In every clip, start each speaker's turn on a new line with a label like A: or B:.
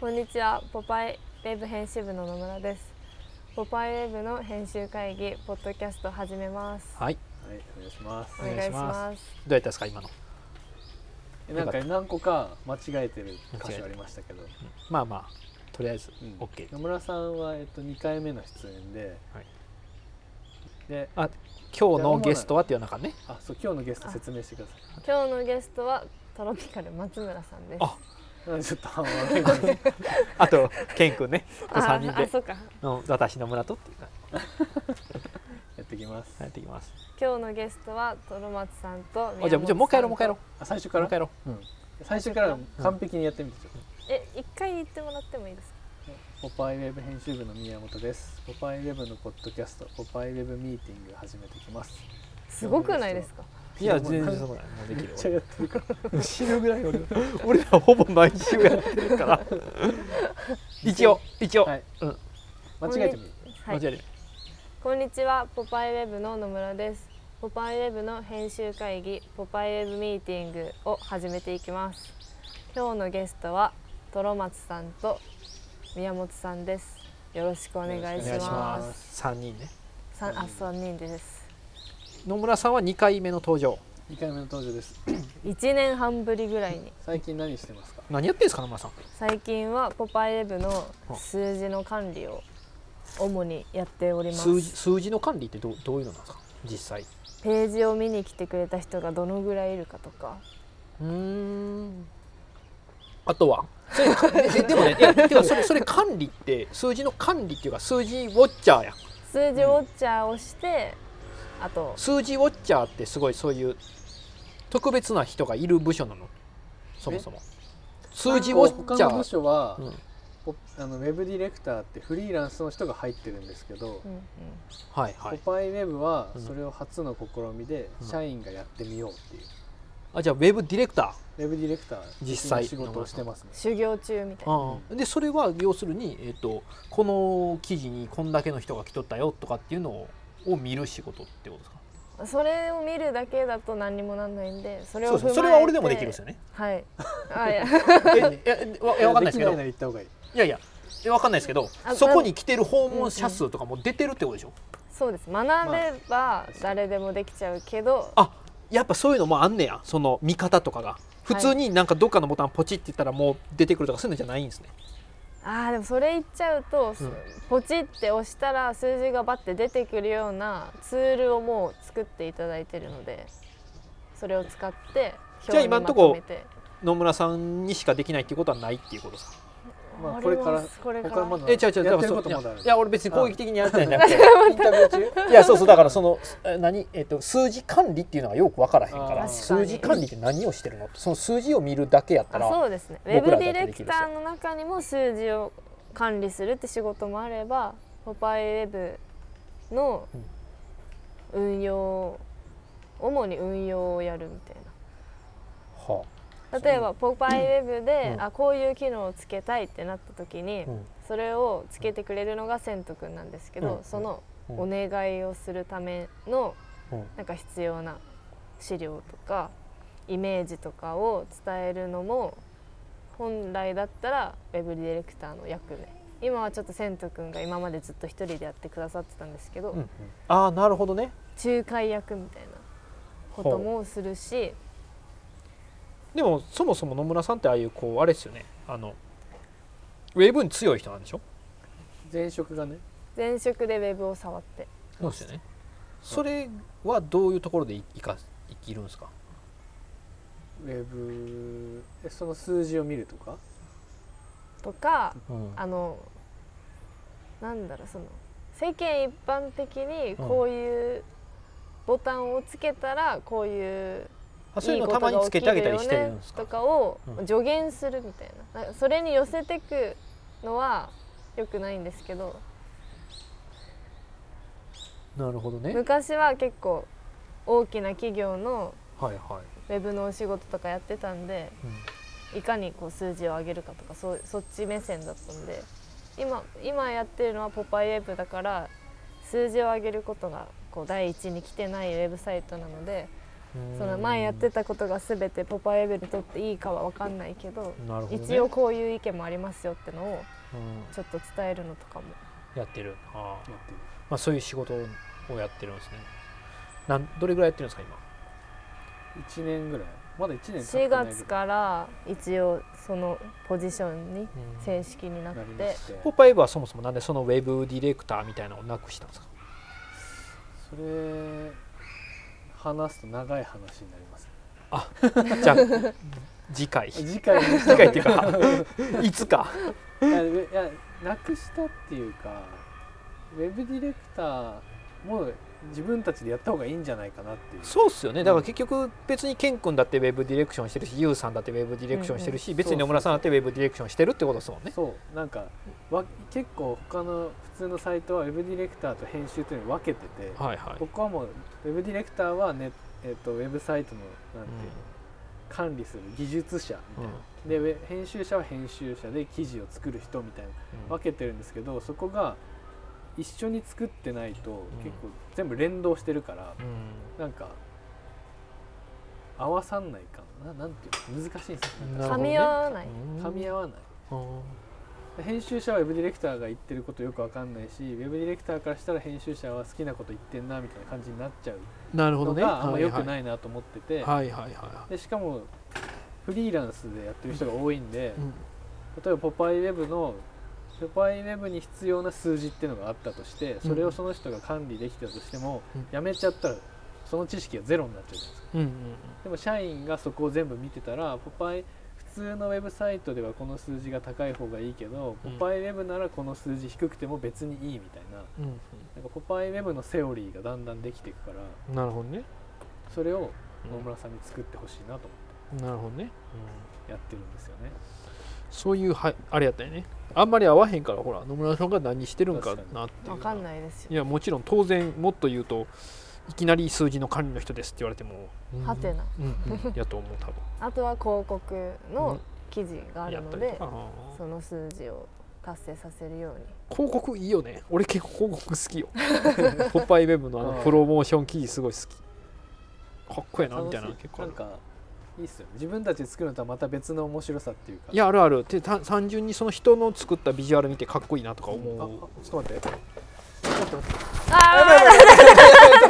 A: こんにちは、ポパイウェブ編集部の野村です。ポパイウェブの編集会議ポッドキャスト始めます。
B: はい。
C: はい、お願いします
A: お
B: お
A: 願
B: 願
A: い
B: い
A: し
B: し
A: ま。
B: ますどうやったですか今の。
C: えなんか何個か間違えて
B: 間
C: る箇
B: 違え
C: 所
B: た
C: ありましたけど、
B: まあまあとりあえず
C: うん
B: OK。
C: 野村さんは、えっと、2回目の出演で、
B: はい
C: で
B: あ今日のゲストはっていう中ね。
C: あそう今日のゲスト説明してください
A: 今日のゲストはトロピカル松村さんです。
B: あ
C: あ ちょっとあ笑い声 が
B: あとケン君ね。
A: あ
B: 三人
A: あ
B: で
A: そうか。
B: の私の村とっていう感
C: やってきます
B: じやっていきます。
A: 今日のゲストはトロマツさんと宮本さんと。
B: あじゃあじゃあもう一回やろうもう一回やろう。
C: あ最初か
B: もう
C: ら
B: 一回やろ
C: うん最初から完璧にやってみてちょっと
A: え、一回言ってもらってもいいですか。
C: ポパイウェブ編集部の宮本ですポパイウェブのポッドキャストポパイウェブミーティング始めてきます
A: すごくないですか。
B: う。いや全然そんなことないもうで
C: め
B: き
C: っ
B: る
C: ちゃやってるから死ぬぐらい俺
B: 俺。 俺らほぼ毎週やってるから。一応一応。
C: はい
B: うん。
C: 間違えてもいい
A: は
B: 間
A: い。
B: 違いない
A: こんにちは、ポパイウェブの野村です。ポパイウェブの編集会議、ポパイウェブミーティングを始めていきます。今日のゲストは、トロマツさんと宮本さんです。よろしくお願い
C: お
A: し
B: お願いし
A: ま。
B: ますす。三人ね。
A: 三あ、三人です。
B: 野村さんは二回目の登場。
C: 2回目の登場です
A: 一年半ぶりぐらいに、
C: 最近何してますか
B: 何やってんですか野村さん。
A: 最近はポパイウェブの数字の管理を主にやっております。
B: 数字数字の管理ってどうどういうのなんですか実際。
A: ページを見に来てくれた人がどのぐらいいるかとか、
B: うーんあとはそれえでもねいやでもそれそれ管理って数字の管理っていうか数字ウォッチャーやん
A: 数字ウォッチャーをして、あと
B: 数字ウォッチャーってすごいそういう特別な人がいる部署なのそもそも数字ウォッチ
C: 他
B: ャ
C: の部
B: ー
C: 署は、
B: うん
C: ポあのウェブディレクターってフリーランスの人が入ってるんですけど、
A: うんうん、
B: はいはい
C: ポパイウェブは
B: うん
C: それを初の試みで
B: うん
C: 社員がやってみようっていう、
B: あじゃあウェブディレクタ
C: ウェブディレクター
B: 実際
C: 的な仕事をしてますね
A: 修行中みたいな。
B: ー、でそれは要するに、えっとこの記事にこんだけの人が来とったよとかっていうのをを見る仕事ってことですか
A: それを見るだけだと何にもなんないんで、それ
B: そ
A: を
B: う
A: 踏まえ
B: そう
A: て
B: それは俺でもできるんですよね
A: はい。あいや
B: えええわいやわかんないですけ
C: できな
B: ど
C: いなら言った方がいい
B: いやいや、えわかんないですけど
A: あ、
B: そこに来てる訪問者数とかも出てるってことでしょ。
A: そうです。学べば誰でもできちゃうけど、
B: あ、やっぱそういうのもあんねや、その見方とかが。普通になんかどっかのボタンポチって言ったらもう出てくるとかそういうのじゃないんですね。
A: ああでもそれ言っちゃうと、
B: うん
A: ポチって押したら数字がバッて出てくるようなツールをもう作っていただいてるので、それを使って
B: じ
A: 表
B: ゃあ
A: に
B: 今
A: ま
B: ん
A: と
B: とこ
A: めて。
B: 野村さんにしかできないっていうことはないっていうことですか。
C: まあ
A: あ
C: これから
A: ますこれから
C: 他まだ
B: え、違う違う、だ
C: やっ
B: か
C: て
B: ら
C: る
B: そ
C: こ
B: う
C: と
B: いや
C: まだある
B: いや、俺別に攻撃的にやりたいんじゃなくて。
C: インタビュー 中
B: いや、そうそう、だからその、え何、えっと、数字管理っていうのがよくわからへんか
C: あー
B: ら。数字管理って何をしてるの、その数字を見るだけやった
A: あ
B: ら。
A: そうですねウェブ
B: 僕ら
A: ディ
B: だった
A: レ
B: らでき
A: ク
B: る
A: ターの中にも数字を管理するって仕事もあればポパイウェブの運用主に運用をやるみたい
B: は
A: な例えばポパイウェブで、
B: うん
A: あこういう機能をつけたいってなった時に、
B: うん
A: それをつけてくれるのがセント君なんですけど、
B: うん
A: その
B: うん
A: お願いをするための
B: あうん
A: なんか必要な資料とかイメージとかを伝えるのも本来だったらウェブディレクターの役目今はちょっと千斗くんが今までずっと一人でやってくださってたんですけど、
B: うんうんああ、なるほどね。
A: 仲介役みたいなこともするし
B: でもそもそも野村さんってああいうこうあれですよねあのウェブに強い人なんでしょ
C: 前職がね
A: 前職でウェブを触って
B: そうですよねそれはどういうところでいいか生きるんですか
C: ウェブえその数字を見るとか
A: とか
B: うん
A: あのなんだろうその世間一般的にこういうボタンをつけたらこういう
B: あそういうのたまにつけてあげたりしてるんです
A: いいことが起きるよねとかを
B: かうん
A: 助言するみたいななんかそれに寄せてくのは良くないんですけど
B: なるほどね
A: 昔は結構大きな企業の
B: はいは
A: ウェブのお仕事とかやってたんで
B: い、
A: いかにこう数字を上げるかとかそうそっち目線だったんで今今やってるのは「ポパイウェブ」だから数字を上げることがこう第一に来てないウェブサイトなのでその前やってたことが全てポパイウェブにとっていいかは分かんないけど
B: なるほど、ね、
A: 一応こういう意見もありますよってのを
B: うん
A: ちょっと伝えるのとかも
B: やってるあー、
C: やってる
B: まあ、そういう仕事をやってるんですねなんどれぐらいやってるんですか今
C: 1年ぐらいまだ1年経って
A: 4
C: ないぐらい
A: 月から一応そのポジションに
B: うん
A: 正式になっ
C: なりま
A: て
C: して
B: ポパイブはそもそもなんでそのウェブディレクターみたいなのをなくしたんですか
C: それ話すと長い話になります
B: じゃあ次回次
C: 次回にし
B: 回っていうかいつか
C: いやいやなくしたっていうかウェブディレクターも自分たちでやった方がいいんじゃないかなっていう
B: そうっすよねだから結局別にケン君だってウェブディレクションしてるしユウさんだってウェブディレクションしてるし、別に野村さんだってウェブディレクションしてるってことですもんね
C: そうなんかわ結構他の普通のサイトはウェブディレクターと編集というのを分けてて
B: はいはい
C: 僕はもうウェブディレクターはネえっとウェブサイトのなんていうの、管理する技術者みたいな、でウェ編集者は編集者で記事を作る人みたいな
B: うん
C: 分けてるんですけどそこが一緒に作ってないと結構全部連動してるから、なんか合わさんないかなななんていうの難しいんですよね
B: なるほ
A: 噛
B: ど
A: み
B: ね
A: 合わない
C: 噛み合わない
B: うん
C: 編集者はウェブディレクターが言ってることよくわかんないしウェブディレクターからしたら編集者は好きなこと言ってんなみたいな感じになっちゃう
B: なるほど
C: の
B: ね
C: があんま良く
B: はい
C: ないなと思ってて、
B: はいはいはいは
C: でしかもフリーランスでやってる人が多いんで
B: い、うん
C: 例えばポパイウェブのポパイウェブに必要な数字っていうのがあったとしてそれをその人が管理できたとしても、
B: うん
C: やめちゃったらその知識がゼロになっちゃうじゃないですか
B: うん
C: でも社員がそこを全部見てたらポパイ普通のウェブサイトではこの数字が高い方がいいけど
B: う
C: ポ
B: ん
C: パイウェブならこの数字低くても別にいいみたいな
B: うんうん
C: なんかポパイウェブのセオリーがだんだんできていくから
B: うんなるほどね、
C: それを
B: うん
C: 野村さんに作ってほしいなと思
B: なるほどね、
C: ってやってるんですよね。
B: そういうはあれやったよねあんまり合わへんからほら野村さんが何してるんかなっていう
A: 分かんないですよ
B: いやもちろん当然もっと言うといきなり数字の管理の人ですって言われてもうん
A: はてな
B: うんうんやと思う 多分
A: あとは広告
B: うん
A: の記事があるの
B: やったり
A: で
B: とかあー
A: その数字を達成させるように
B: 広告いいよね俺結構広告好き よポッパイウェブのあのプロモーション記事すごい好きかっこええなみたいなの
C: 楽し
B: 結構あ
C: な
B: る
C: んかいいっすよね自分たちで作るのとはまた別の面白さっていうか
B: いやあるあるでた単純にその人の作ったビジュアル見てかっこいいなとか
C: ああ
B: 思う
C: ちょっと待って
A: あ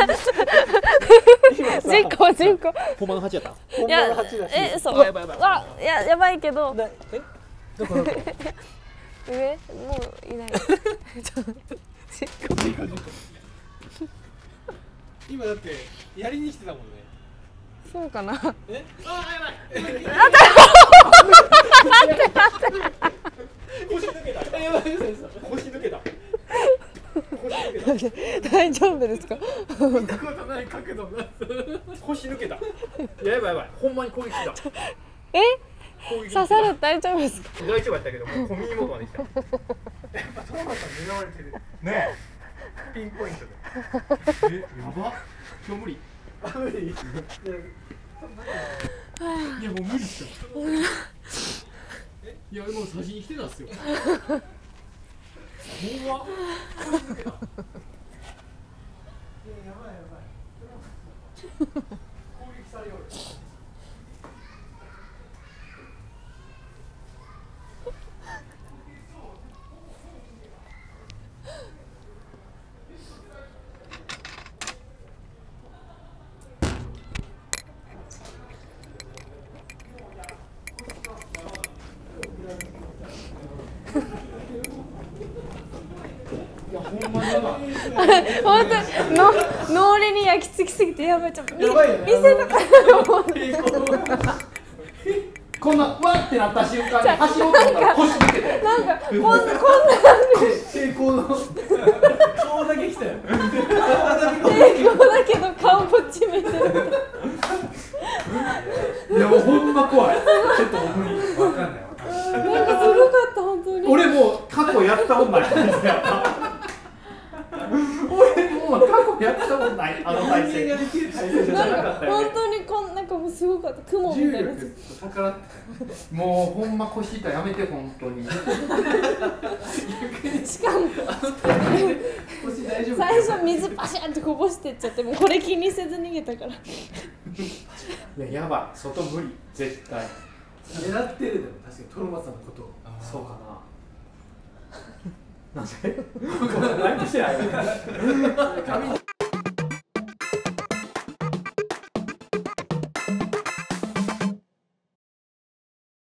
A: あ
B: 今さ
A: 人口人口
B: ほんまの8やった
C: 本
A: や
C: 番8だし
A: えそう
B: うわやばいやばい
A: わいややばいけど
B: なえどこどこ
A: 上もうい ない
B: 今だってやりに来てたもんね
A: そうかな
B: えああやばい腰抜けた。やばい嘘嘘腰抜けた。
A: 大丈夫ですか
B: 角度ない角度ない。 腰抜けた。やばいやばい。ほんまに攻撃した。
A: え
B: 攻 撃
A: 刺され大丈夫ですか
B: 大丈夫やったけど、 もうコミュニモートまで来た。やっぱトーマさん狙われてる。ねえ。ピンポイントで。え、やば。今日無理。あ無理。いやいやもう無理っすよ。えいやもう刺しに来てたんすよ。怖っ。
A: 本当の脳裏に焼き付きすぎてやばいちょっと見せたか
D: こんなわってなった瞬間に走ろうと思ったら腰抜けて
A: らなんかこんこんな
D: 成功の顔だけ来たよ
A: 抵抗だけど顔こっち向いてる
D: いやもうほんま怖いちょっと僕に分かんないわかんない
A: なんかすごかった本当に
D: 俺もう過去やったことない 俺もう過去やったことないあの体勢体勢じゃなかったよ
A: 本当にこんなんか不思もすごかった雲み
B: 重
A: たいなやつ
B: 力逆らってもうほんま腰痛いやめて本当に
A: しかも
B: 腰大丈夫
A: 最初水パシャンってこぼしてっちゃってもうこれ気にせず逃げたから
B: ねやばい外無理絶対
E: 狙ってるだよ確かにトロマツさんのことを
B: そうかななんで何してない
E: 髪に